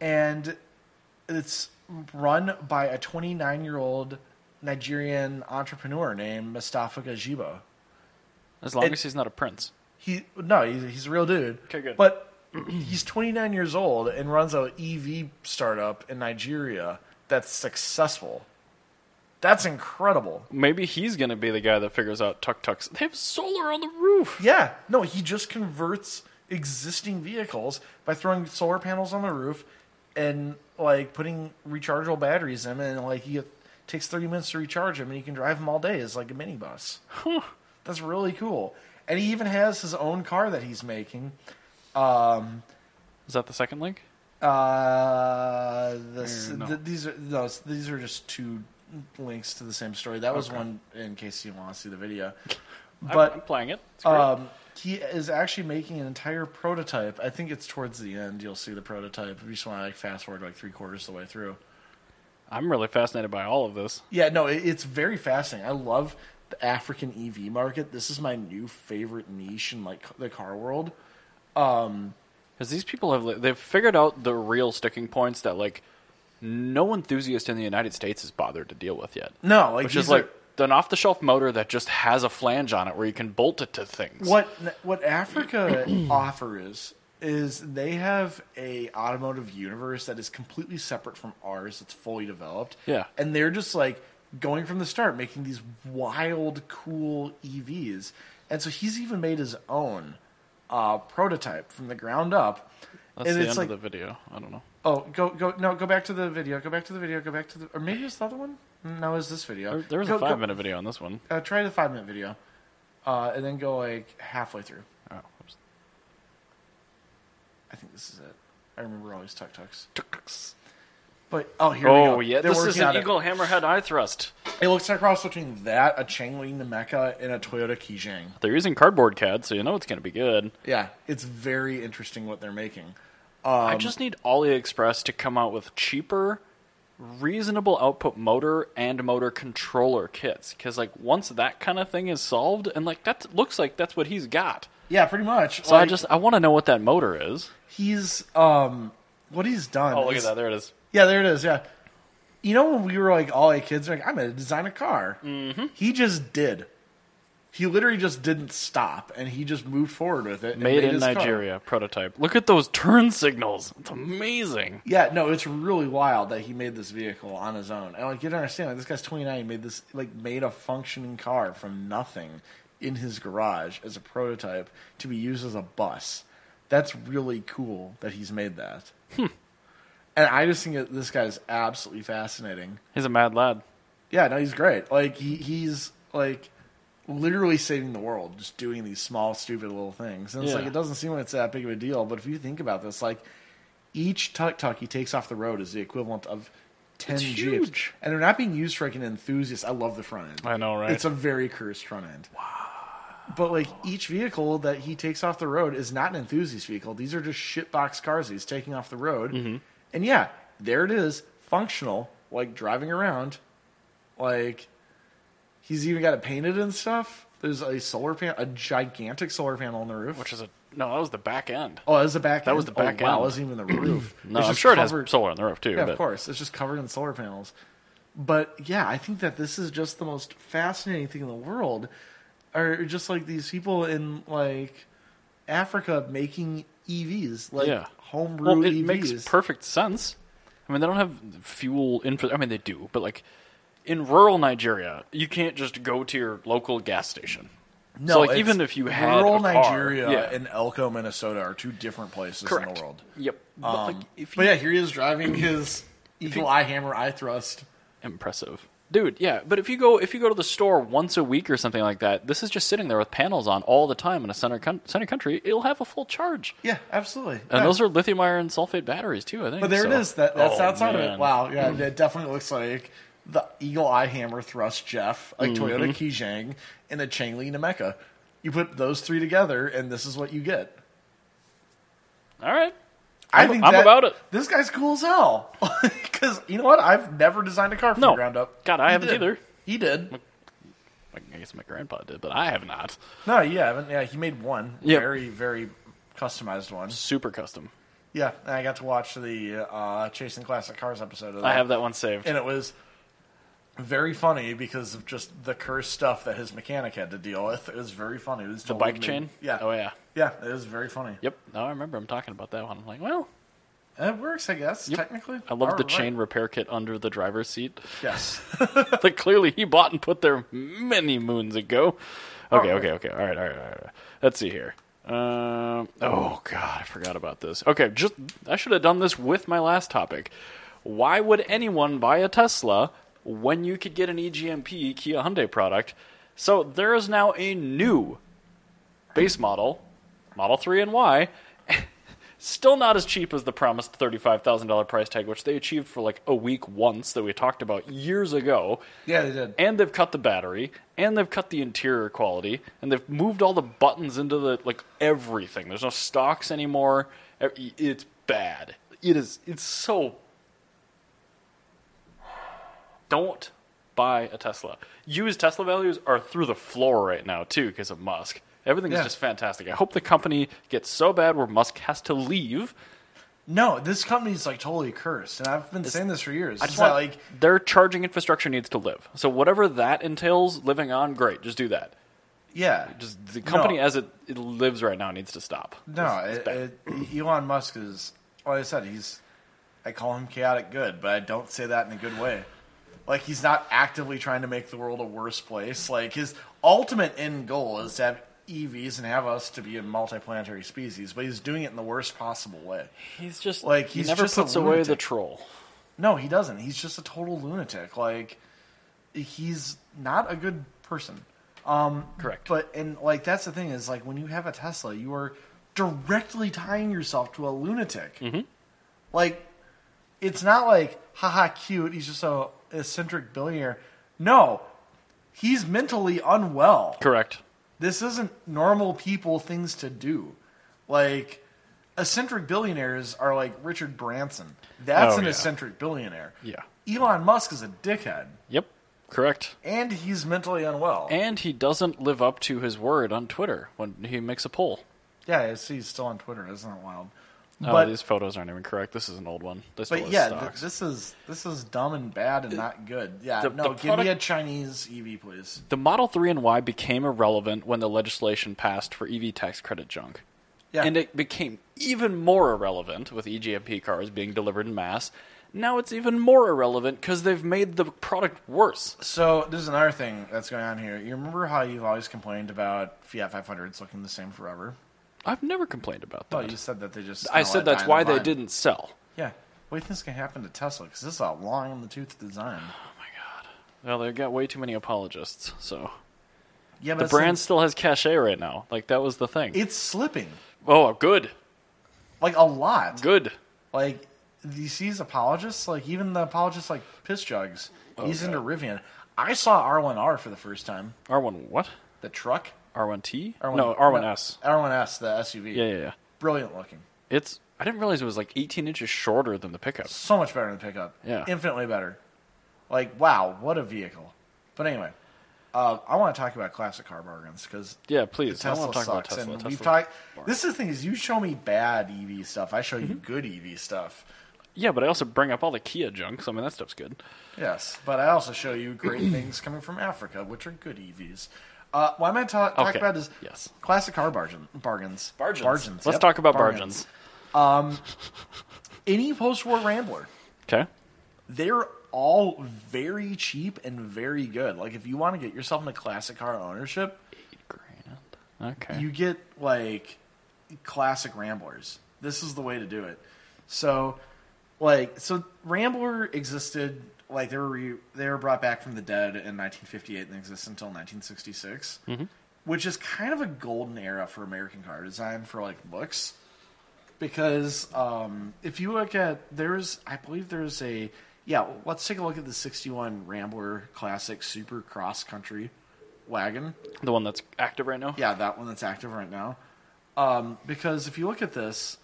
and it's run by a 29 year old Nigerian entrepreneur named Mustafa Gajibo. As long It- as he's not a prince. He no, he's, he's a real dude. Okay, good. But he's 29 years old and runs a EV startup in Nigeria that's successful. That's incredible. Maybe he's going to be the guy that figures out tuk tuks. They have solar on the roof. Yeah, no, he just converts existing vehicles by throwing solar panels on the roof and like putting rechargeable batteries in 'em, and like he takes 30 minutes to recharge them and you can drive them all day as like a minibus. That's really cool. And he even has his own car that he's making. Um, Is that the second link? Uh, this, Or no. th- these are no, it's- these are just two links to the same story. That was one in case you want to see the video. I'm- But I'm playing it. It's great. um, he is actually making an entire prototype. I think it's towards the end. You'll see the prototype if you just want to like fast forward like three quarters of the way through. I'm really fascinated by all of this. Yeah, no, it, it's very fascinating. I love the African EV market. This is my new favorite niche in like the car world. Because these people have like, they've figured out the real sticking points that like no enthusiast in the United States is bothered to deal with yet. No, Oh, like which is these are- like an off-the-shelf motor that just has a flange on it where you can bolt it to things. What what Africa offers is they have a automotive universe that is completely separate from ours. It's fully developed. Yeah. and they're just like going from the start, making these wild, cool EVs. And so he's even made his own uh, prototype from the ground up. That's and the it's end like, of the video. I don't know. oh, go go no, go back to the video. Go back to the video. Go back to the, or maybe it's the other one. No, it's this video. There, there was Go- a go- five-minute video on this one. Uh, try the five minute video, uh, and then go like halfway through. Oh, oops. I think this is it. I remember always tuk tuks. Tuk-tuks. But oh, here we go. Oh yeah, They're this is working an on it. eagle hammerhead eye thrust. It looks like a cross between that, a Changling Mecca, and a Toyota Kijang. They're using cardboard CAD, so you know it's going to be good. Yeah, it's very interesting what they're making. Um, I just need AliExpress to come out with cheaper, reasonable output motor and motor controller kits. Because like once that kind of thing is solved, and like that looks like that's what he's got. Yeah, pretty much. So I Like, just I want to know what that motor is. he's um what he's done. Oh, look at is- that! There it is. Yeah, there it is. Yeah. You know when we were like all like kids, like I'm gonna design a car. Mm-hmm. He just did. He literally just didn't stop, and he just moved forward with it. and Made in his car. Nigeria prototype. Look at those turn signals. It's amazing. Yeah, no, it's really wild that he made this vehicle on his own. And like you don't understand, like this guy's 29, he made this like made a functioning car from nothing in his garage as a prototype to be used as a bus. That's really cool that he's made that. And I just think that this guy's absolutely fascinating. He's a mad lad. Yeah, no, he's great. Like he he's like literally saving the world, just doing these small, stupid little things. And it's Yeah. like it doesn't seem like it's that big of a deal, but if you think about this, like each tuk tuk he takes off the road is the equivalent of ten It's jeeps, huge. and they're not being used for like an enthusiast. I love the front end. I know, right? It's a very cursed front end. Wow. But like each vehicle that he takes off the road is not an enthusiast vehicle. These are just shitbox cars he's taking off the road. Mm-hmm. And yeah, there it is, functional, like driving around. Like he's even got it painted and stuff. There's a solar panel, a gigantic solar panel on the roof. Which is a no. That was the back end. oh, that was the back. That was the back oh, Wow, end. it wasn't even the roof. No, It's I'm just sure it covered- has solar on the roof too. yeah, but of course. It's just covered in solar panels. But yeah, I think that this is just the most fascinating thing in the world. Are just like these people in like Africa making EVs, like Yeah. homebrew E Well, it EVs. makes perfect sense. I mean, they don't have fuel infra. I mean, they do, but like in rural Nigeria, you can't just go to your local gas station. no, so like it's- even if you had rural a car- Nigeria yeah, and Elko, Minnesota, are two different places correct. in the world. Yep. but like Um, if you but yeah, here he is driving his eagle eye hammer, eye thrust. impressive dude yeah but if you go if you go to the store once a week or something like that this is just sitting there with panels on all the time in a center, coun center country it'll have a full charge Yeah, absolutely. and Yeah. those are lithium iron sulfate batteries too i think But there so. it is. That that's Oh, outside of man. Mm. it. Wow. Yeah, that definitely looks like the Eagle Eye Hammer Thrust Jeff, like Mm-hmm. Toyota Kijang, and the Changli Nameca. You put those three together, and this is what you get. all right I I'm- think I'm that- about it. This guy's cool as hell. Because you know what? I've never designed a car from No. the ground up. God, I He haven't did. either. He did. Like, i guess my grandpa did but i have not No, you haven't. Yeah, he made one Yeah. very, very customized one. super custom Yeah, and I got to watch the uh, Chasing Classic Cars episode of that. i have that one saved and it was very funny because of just the cursed stuff that his mechanic had to deal with. It was very funny. It was the bike chain Yeah. oh yeah Yeah, it was very funny. yep now i remember i'm talking about that one i'm like well And it works, I guess, technically. i love the Alright. chain repair kit under the driver's seat Yes. that clearly he bought and put there many moons ago. Okay, Oh. okay, okay. All right, all right, all right. all right. Let's see here. Um, oh god, I forgot about this. Okay, just I should have done this with my last topic. Why would anyone buy a Tesla when you could get an E EGMP Kia Hyundai product? So there is now a new base model, Model 3 and Y, still not as cheap as the promised $35,000 price tag which they achieved for like a week once that we talked about years ago yeah, they did. and they've cut the battery and they've cut the interior quality and they've moved all the buttons into the like everything there's no stocks anymore Ev- it's bad it is it's so don't buy a tesla used tesla values are through the floor right now too because of musk everything's Yeah. just fantastic i hope the company gets so bad where musk has to leave No, this company's like totally cursed, and I've been saying this for years. I It's just not want like their charging infrastructure needs to live so whatever that entails living on great just do that yeah, just the company No. as it, it lives right now needs to stop. No, It's- it's it, bad. it, Elon Musk is. Like I said, he's. I call him chaotic good, but I don't say that in a good way. Like he's not actively trying to make the world a worse place. Like his ultimate end goal is to have EVs and have us to be a multiplanetary species, but he's doing it in the worst possible way. he's just like, like he's never just a puts away the lunatic. troll. No, he doesn't. He's just a total lunatic. Like he's not a good person. Um, Correct. But and like that's the thing is like when you have a Tesla, you are directly tying yourself to a lunatic. Mm-hmm. Like it's not like haha cute. He's just a eccentric billionaire. No, he's mentally unwell Correct. this isn't normal people things to do. Like eccentric billionaires are like Richard Branson. That's Oh, an yeah. eccentric billionaire. Yeah. Elon Musk is a dickhead. Yep. Correct. and he's mentally unwell. And he doesn't live up to his word on Twitter when he makes a poll. yeah, I see he's still on Twitter. Isn't that wild? Oh, but these photos aren't even correct. This is an old one. This but was yeah, th- stocks. this is this is dumb and bad and not good. Yeah, The- no, the give me product- a Chinese EV, please. the Model 3 and Y became irrelevant when the legislation passed for EV tax credit junk. Yeah, And it became even more irrelevant with E EGMP cars being delivered in mass. Now it's even more irrelevant because they've made the product worse. So this is another thing that's going on here. You remember how you've always complained about Fiat 500s looking the same forever? I've never complained about Well, that. you said that they just. I kinda said let die that's in the why they vine. didn't sell. Yeah. What do you think's gonna happen to Tesla? Because this is a long in the tooth design. Well, they got way too many apologists, so Yeah, but the it's- brand still has cachet right now. Like that was the thing. it's slipping oh, good, like a lot. good. Like these these apologists, like even the apologists, like piss jugs. he's into Rivian. I saw R1R for the first time. R one what? The truck. R one T? R1, No, R one S. R1S, the SUV. Yeah, yeah, yeah. Brilliant looking. It's. I didn't realize it was like 18 inches shorter than the pickup. so much better than the pickup. Yeah. Infinitely better. Like, wow, what a vehicle. But anyway, uh, I want to talk about classic car bargains because Yeah, please. I Tesla want to talk about sucks. Tesla. and Tesla. we've talked. This is the thing is, you show me bad EV stuff, I show Mm-hmm. you good EV stuff. yeah, but I also bring up all the Kia junk. So I mean, that stuff's good. Yes, but I also show you great things coming from Africa, which are good EVs. Uh, what I'm going to ta- talk Okay. about is Yes. classic car bargain, bargains. Bargains. Bargains. Let's yep, talk about bargains. bargains. Any post-war Rambler. Okay. they're all very cheap and very good. Like if you want to get yourself into classic car ownership, Eight grand. Okay. you get like classic Ramblers. This is the way to do it. So, like, so Rambler existed. Like they were re- they were brought back from the dead in 1958 and existed until 1966, which is kind of a golden era for American car design for like looks because um, if you look at there's i believe there's a yeah let's take a look at the 61 rambler classic super cross country wagon the one that's active right now. yeah that one that's active right now um, because if you look at this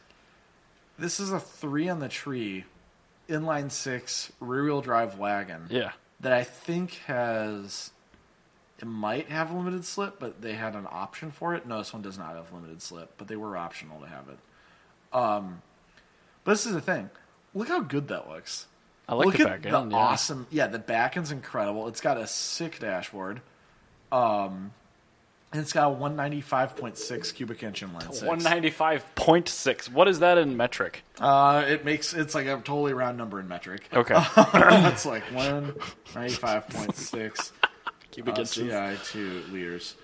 this is a three on the tree inline six rear wheel drive wagon Yeah. that i think has it might have limited slip but they had an option for it no this one does not have limited slip but they were optional to have it Um, but this is the thing. Look how good that looks. I like Look the at back end, the yeah. awesome. Yeah, the back end's incredible. It's got a sick dashboard. Um, and it's got a 195.6 cubic inch inline six. 195.6. What is that in metric? Uh, it makes it's like a totally round number in metric. Okay. it's like 195.6 Cubic uh, inches. CI two liters.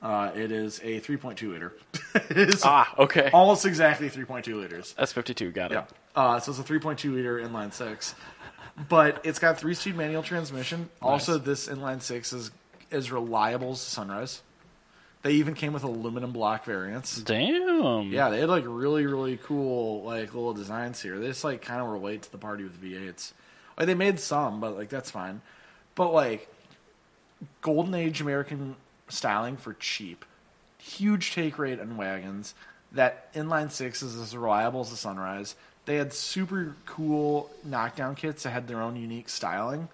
Uh, it is a 3.2 liter. it is Ah, okay. almost exactly 3.2 liters. That's 52. Got it. Oh. Yeah. Uh, so it's a 3.2 liter inline six, but it's got three speed manual transmission. Also, this inline six is as reliable as Sunrise. They even came with aluminum block variants. Damn. Yeah, they had like really really cool like little designs here. They just like kind of relate to the party with V8s. Like they made some, but like that's fine. But like golden age American styling for cheap, huge take rate on wagons. That inline six is as reliable as the Sunrise. They had super cool knockdown kits that had their own unique styling.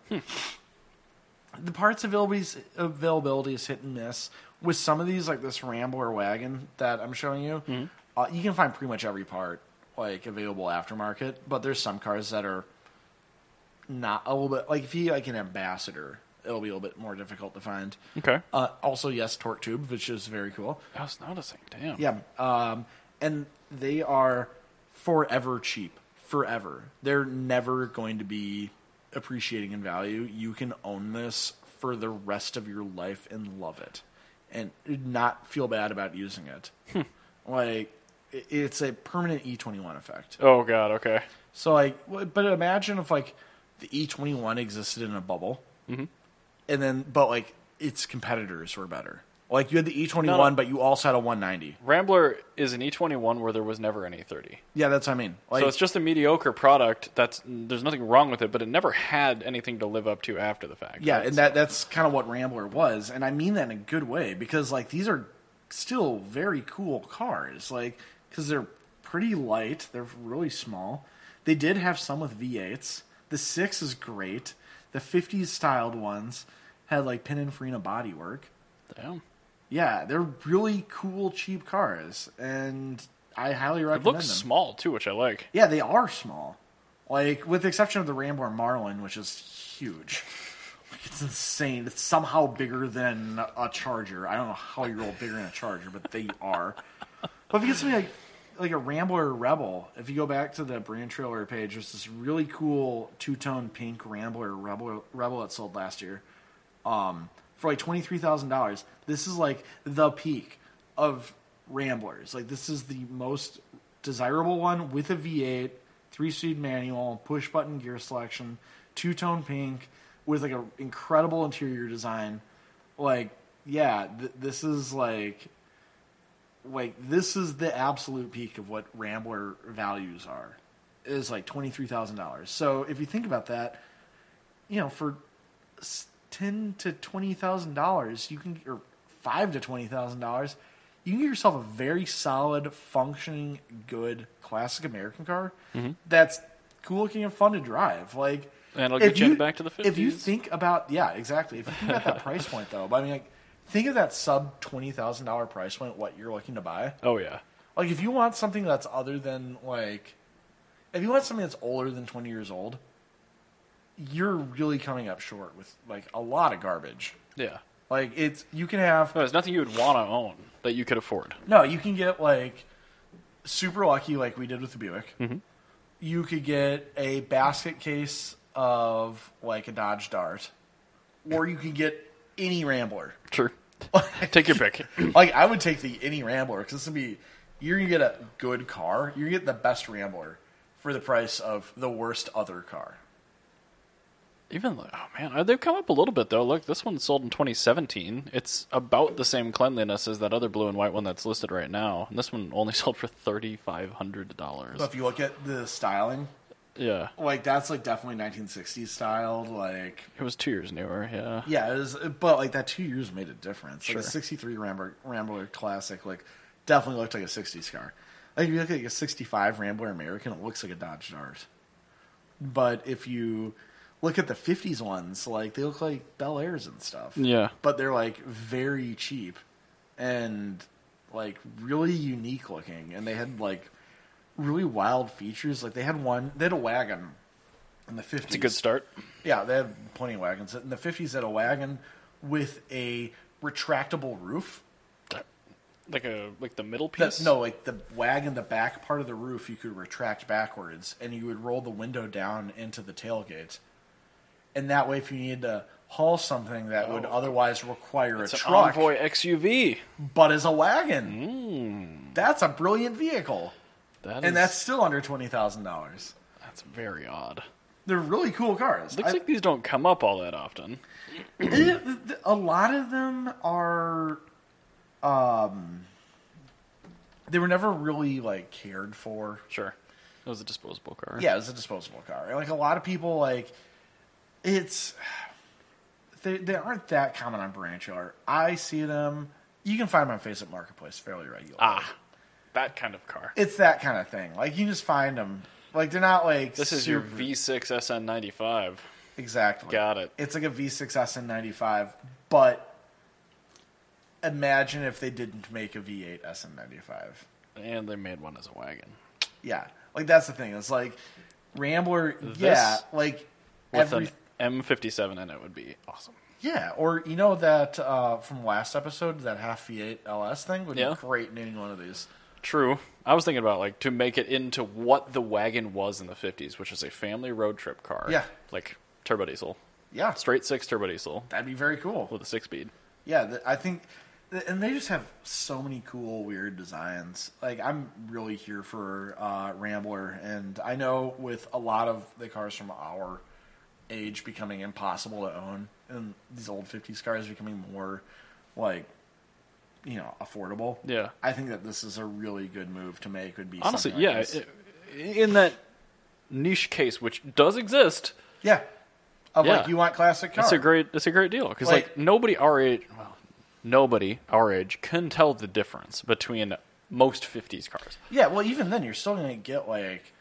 The parts availability availability is hit and miss. With some of these, like this Rambler wagon that I'm showing you, uh, you can find pretty much every part like available aftermarket. But there's some cars that are not a little bit like if you like an ambassador, it'll be a little bit more difficult to find. Okay. Uh, also, yes, torque tube, which is very cool. I was noticing. Damn. Yeah, um, and they are forever cheap. Forever, they're never going to be appreciating in value. You can own this for the rest of your life and love it, and not feel bad about using it. Like i- it's a permanent E twenty one effect. Oh, God. Okay. So like, w- but imagine if like the E twenty one existed in a bubble, and then but like its competitors were better. Like you had the E twenty No, one, no. but you also had a one ninety. Rambler is an E21 where there was never an E30. Yeah, that's what I mean. Like, so it's just a mediocre product. That's there's nothing wrong with it, but it never had anything to live up to after the fact. yeah, and that that's kind of what Rambler was, and I mean that in a good way because like these are still very cool cars, like because they're pretty light, they're really small. They did have some with V eights. The six is great. The fifties styled ones, had like Pininfarina bodywork. Damn. Yeah, they're really cool, cheap cars, and I highly recommend It looks them. small too, which I like. Yeah, they are small. Like, with the exception of the Rambler Marlin, which is huge. Like, it's insane. It's somehow bigger than a Charger. I don't know how you roll bigger than a Charger, but they are. But if you get something like like a Rambler or Rebel, if you go back to the brand trailer page, there's this really cool two tone pink Rambler Rebel Rebel that sold last year. Um, for like twenty three thousand dollars. This is like the peak of Ramblers. Like this is the most desirable one with a V eight, three speed manual, push button gear selection, two tone pink, with like an incredible interior design. Like yeah, th- this is like like this is the absolute peak of what Rambler values are. Is like twenty three thousand dollars. So if you think about that, you know, for s- ten to twenty thousand dollars, you can or five to twenty thousand dollars, you can get yourself a very solid, functioning, good classic American car that's cool looking and fun to drive. Like, Mm-hmm. And it'll if get you back to the If you 50s. think about yeah, exactly. If you think about that price point though, but I mean, like, think of that sub twenty thousand dollar price point. What you're looking to buy. Oh yeah. Like if you want something that's other than like if you want something that's older than 20 years old, you're really coming up short with like a lot of garbage. Yeah. Like it's you can have No, there's nothing you would want to own that you could afford. no, you can get like super lucky like we did with the Buick. You could get a basket case of like a Dodge Dart or you could get any Rambler. Sure. Take your pick. like I would take the any Rambler because this would be you're gonna get a good car. You're gonna get the best Rambler for the price of the worst other car. Even like, oh man, they've come up a little bit though. Look, this one sold in 2017. It's about the same cleanliness as that other blue and white one that's listed right now. And this one only sold for thirty five hundred dollars. So if you look at the styling, Yeah, like that's like definitely 1960s styled. Like it was two years newer. Yeah, yeah, it was, but like that two years made a difference. Like Sure. a 63 Rambler, Rambler Classic, like definitely looked like a 60s car. Like if you look at like a 65 Rambler American, it looks like a Dodge Dart. But if you look at the 50s ones, like they look like Bel Airs and stuff. yeah. but they're like very cheap and like really unique looking and they had like really wild features like they had one they had a wagon in the 50s It's a good start. yeah they had plenty of wagons in the 50s they had a wagon with a retractable roof Like a like the middle that, piece. no like the wagon the back part of the roof you could retract backwards and you would roll the window down into the tailgate and that way if you needed to haul something that would otherwise require Oh. it's a an truck Envoy XUV. but as a wagon. That's a brilliant vehicle. Hmm. That is- And that's still under $20,000. that's very odd. They're really cool cars. Looks I- like these don't come up all that often. Eh, th- th- a lot of them are um they were never really like cared for. Sure, it was a disposable car. Yeah, it was a disposable car. And, Like a lot of people like it's they they aren't that common on brand trailer. I see them. You can find them on Facebook Marketplace fairly regularly. Ah, that kind of car. it's that kind of thing. Like you can just find them. Like they're not like This is your super, V6 SN95. exactly. Got it. It's like a V6 SN95, but imagine if they didn't make a V8 SN95. And they made one as a wagon. Yeah, like that's the thing. It's like Rambler. yeah, like With every an M57 in it would be awesome. yeah, or you know that uh, from last episode that half V8 LS thing would Yeah. be great in any one of these. True. I was thinking about like to make it into what the wagon was in the 50s, which is a family road trip car. Yeah. Ah. Like turbo diesel. Yeah, Straight six turbo diesel that'd be very cool. with a six speed. Yeah, th- I think, th- and they just have so many cool, weird designs. Like I'm really here for uh, Rambler, and I know with a lot of the cars from our age becoming impossible to own, and these old '50s cars becoming more like you know affordable. Yeah. I think that this is a really good move to make. Would be Honestly, something like yeah. this. i- in that niche case, which does exist, yeah. Of Yeah. like you want classic cars. it's a great it's a great deal because like, Like- nobody our age, well, nobody our age can tell the difference between most 50s cars. Yeah, well, even then, you're still going to get like,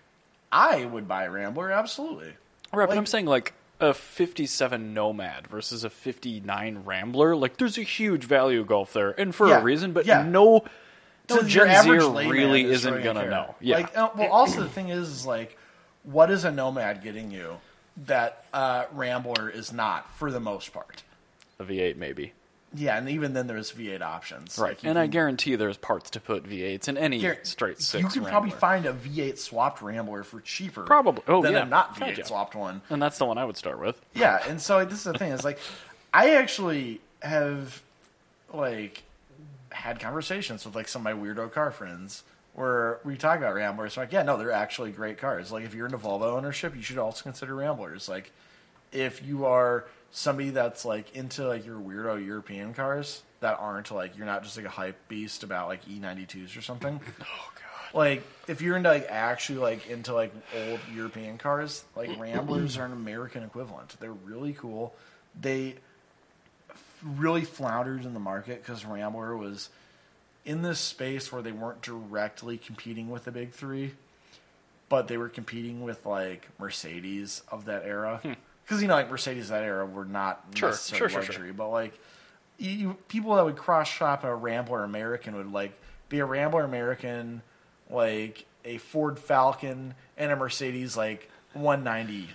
I would buy a Rambler, absolutely. Right, but Like- I'm saying like a 57 Nomad versus a 59 Rambler, like there's a huge value gulf there, and for Yeah, a reason. But yeah. no, no So your Gen average Zer layman really is isn't really gonna care. know. Yeah, Like, uh, well, also the thing is, is like, what is a nomad getting you that uh, Rambler is not for the most part? uh, a V8 maybe. Yeah, and even then, there's V8 options. Right, Like, you and I can- guarantee there's parts to put V8s in any Here, straight six. You can probably Wrangler. find a V8 swapped Rambler for cheaper, Probably. Oh, than yeah. a not Hell, V8 yeah. swapped one. and that's the one I would start with. Yeah, and so like, this is the thing. It's like I actually have like had conversations with like some of my weirdo car friends where we talk about Ramblers. Like, yeah, no, they're actually great cars. Like, if you're into Volvo ownership, you should also consider Ramblers. Like, if you are somebody that's like into like your weirdo European cars that aren't like you're not just like a hype beast about like E92s or something. Oh god. Like if you're into like actually like into like old European cars, like Ramblers are an American equivalent. They're really cool. They really floundered in the market because Rambler was in this space where they weren't directly competing with the big three, but they were competing with like Mercedes of that era. Because you know, like Mercedes of that era were not Hmm. Sure, necessarily sure, sure, sure. luxury, but like you, you- people that would cross shop a Rambler American would like be a Rambler American, like a Ford Falcon and a Mercedes like 190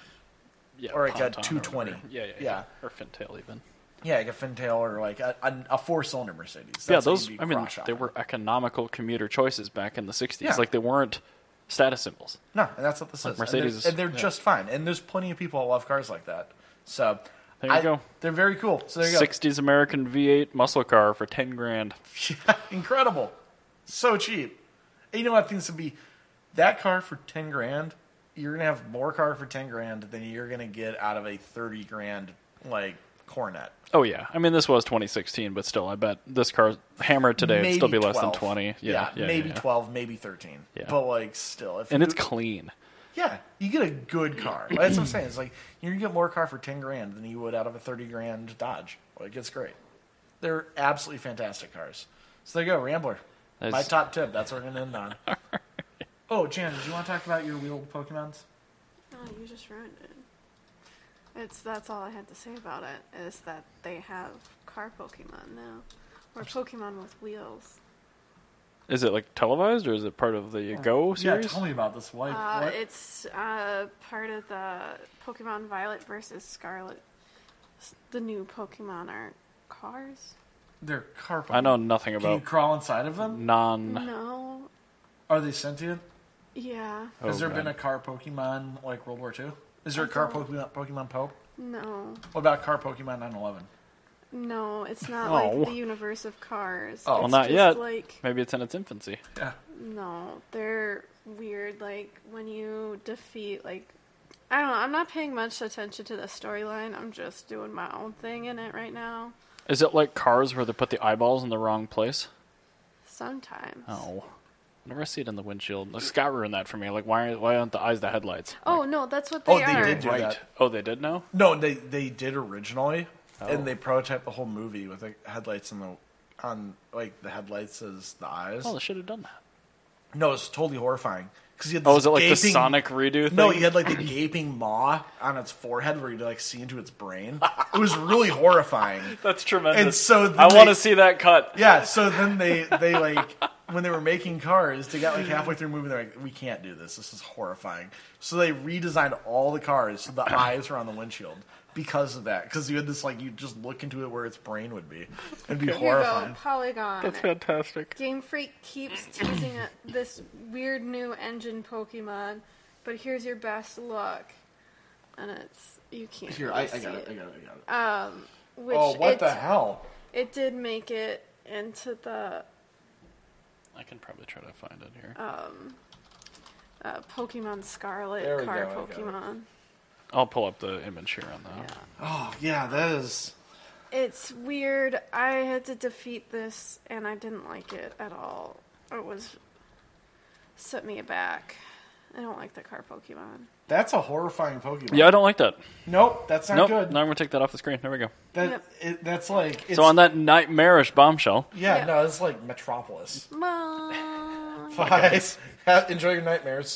Yeah, Or like a Ponton whatever. 220. Yeah, yeah, yeah, Yeah. or Fintail even. Yeah, like a Fintail or like a, a, a four cylinder Mercedes. yeah, That's what those. you'd be I mean, cross they shopping. were economical commuter choices back in the '60s. Yeah. Like they weren't status symbols. No, and that's what this is. Mercedes is- and they're, and they're yeah. just fine. And there's plenty of people that love cars like that. So There you I- go. They're very cool. So there you '60s American V8 muscle car for ten grand. go. Incredible. So cheap. And you know what? Things to be that car for ten grand. You're gonna have more car for ten grand than you're gonna get out of a thirty grand like Cornet. Oh yeah, I mean this was 2016, but still, I bet this car hammered today would still be less than 12. 20. Yeah, yeah, yeah maybe yeah. twelve, maybe thirteen. Yeah. But like still, if And you- it's clean. Yeah, you get a good car. That's what I'm saying. It's like you are gonna get more car for ten grand than you would out of a thirty grand Dodge. Like it's great. They're absolutely fantastic cars. So there you go, Rambler. That's- My top tip. That's what we're gonna end on. Oh, Jan, did you want to talk about your wheeled Pokemons? Oh, you just ruined it. It's that's all I had to say about it is that they have car Pokemon now, or Pokemon with wheels. Is it like televised or is it part of the Go series? Yeah, tell me about this. Why? Uh, what? it's uh, part of the Pokemon Violet versus Scarlet. S- The new Pokemon are cars. They're car. Pokemon. I know nothing Can you about Mm-hmm. crawl inside of them? non. No, Are they sentient? yeah, Has Oh, there God. been a car Pokemon like World War II? Is there a car Pokemon Pokemon Pope? no, What about car Pokemon 911? no. It's not Oh. like the universe of cars. Oh. it's Well, not just yet. Like Maybe it's in its infancy. Yeah. No, they're weird. Like when you defeat, like I don't know. I'm not paying much attention to the storyline. I'm just doing my own thing in it right now. Is it like cars where they put the eyeballs in the wrong place? Sometimes. Oh. Whenever I see it in the windshield, like, Scott ruined that for me. Like, why, why aren't the eyes the headlights? Oh no, that's what they oh, they are. did do right. that. Oh, they did now? No, they they did originally, Oh. and they prototyped the whole movie with like headlights in the on like the headlights as the eyes. Oh, they should have done that. no, it's totally horrifying because he had. Oh, this is it like the gaping- Sonic redo thing? No, he had like the gaping maw on its forehead where you like see into its brain. It was really horrifying. That's tremendous. And so then I they- want to see that cut. Yeah, so then they they like when they were making cars, they got like halfway through moving. They're like, "We can't do this. This is horrifying." So they redesigned all the cars so the eyes are on the windshield because of that. Because you had this like you just look into it where its brain would be. It'd be Here you go, horrifying. Polygon. fantastic. Game Freak keeps teasing it- this weird new engine Pokemon, but here's your best look, and it's you can't. Here, I, really I see got it. I got it. I got it. Um, Which oh, what it, the hell? It did make it into the I can probably try to find it here. uh, Pokemon Scarlet There we car go, I got it. Pokemon. I'll pull up the image here on that. Yeah. Oh yeah, that is. It's weird. I had to defeat this and I didn't like it at all. It was set me aback. I don't like the car Pokemon. That's a horrifying Pokemon. Yeah, I don't like that. Nope, that's not nope. good. Now I'm gonna take that off the screen. There we go. That Yep. it, that's like it's, So on that nightmarish bombshell, Yeah, Yeah. no, it's like Metropolis. Well, Bye. Enjoy your nightmares.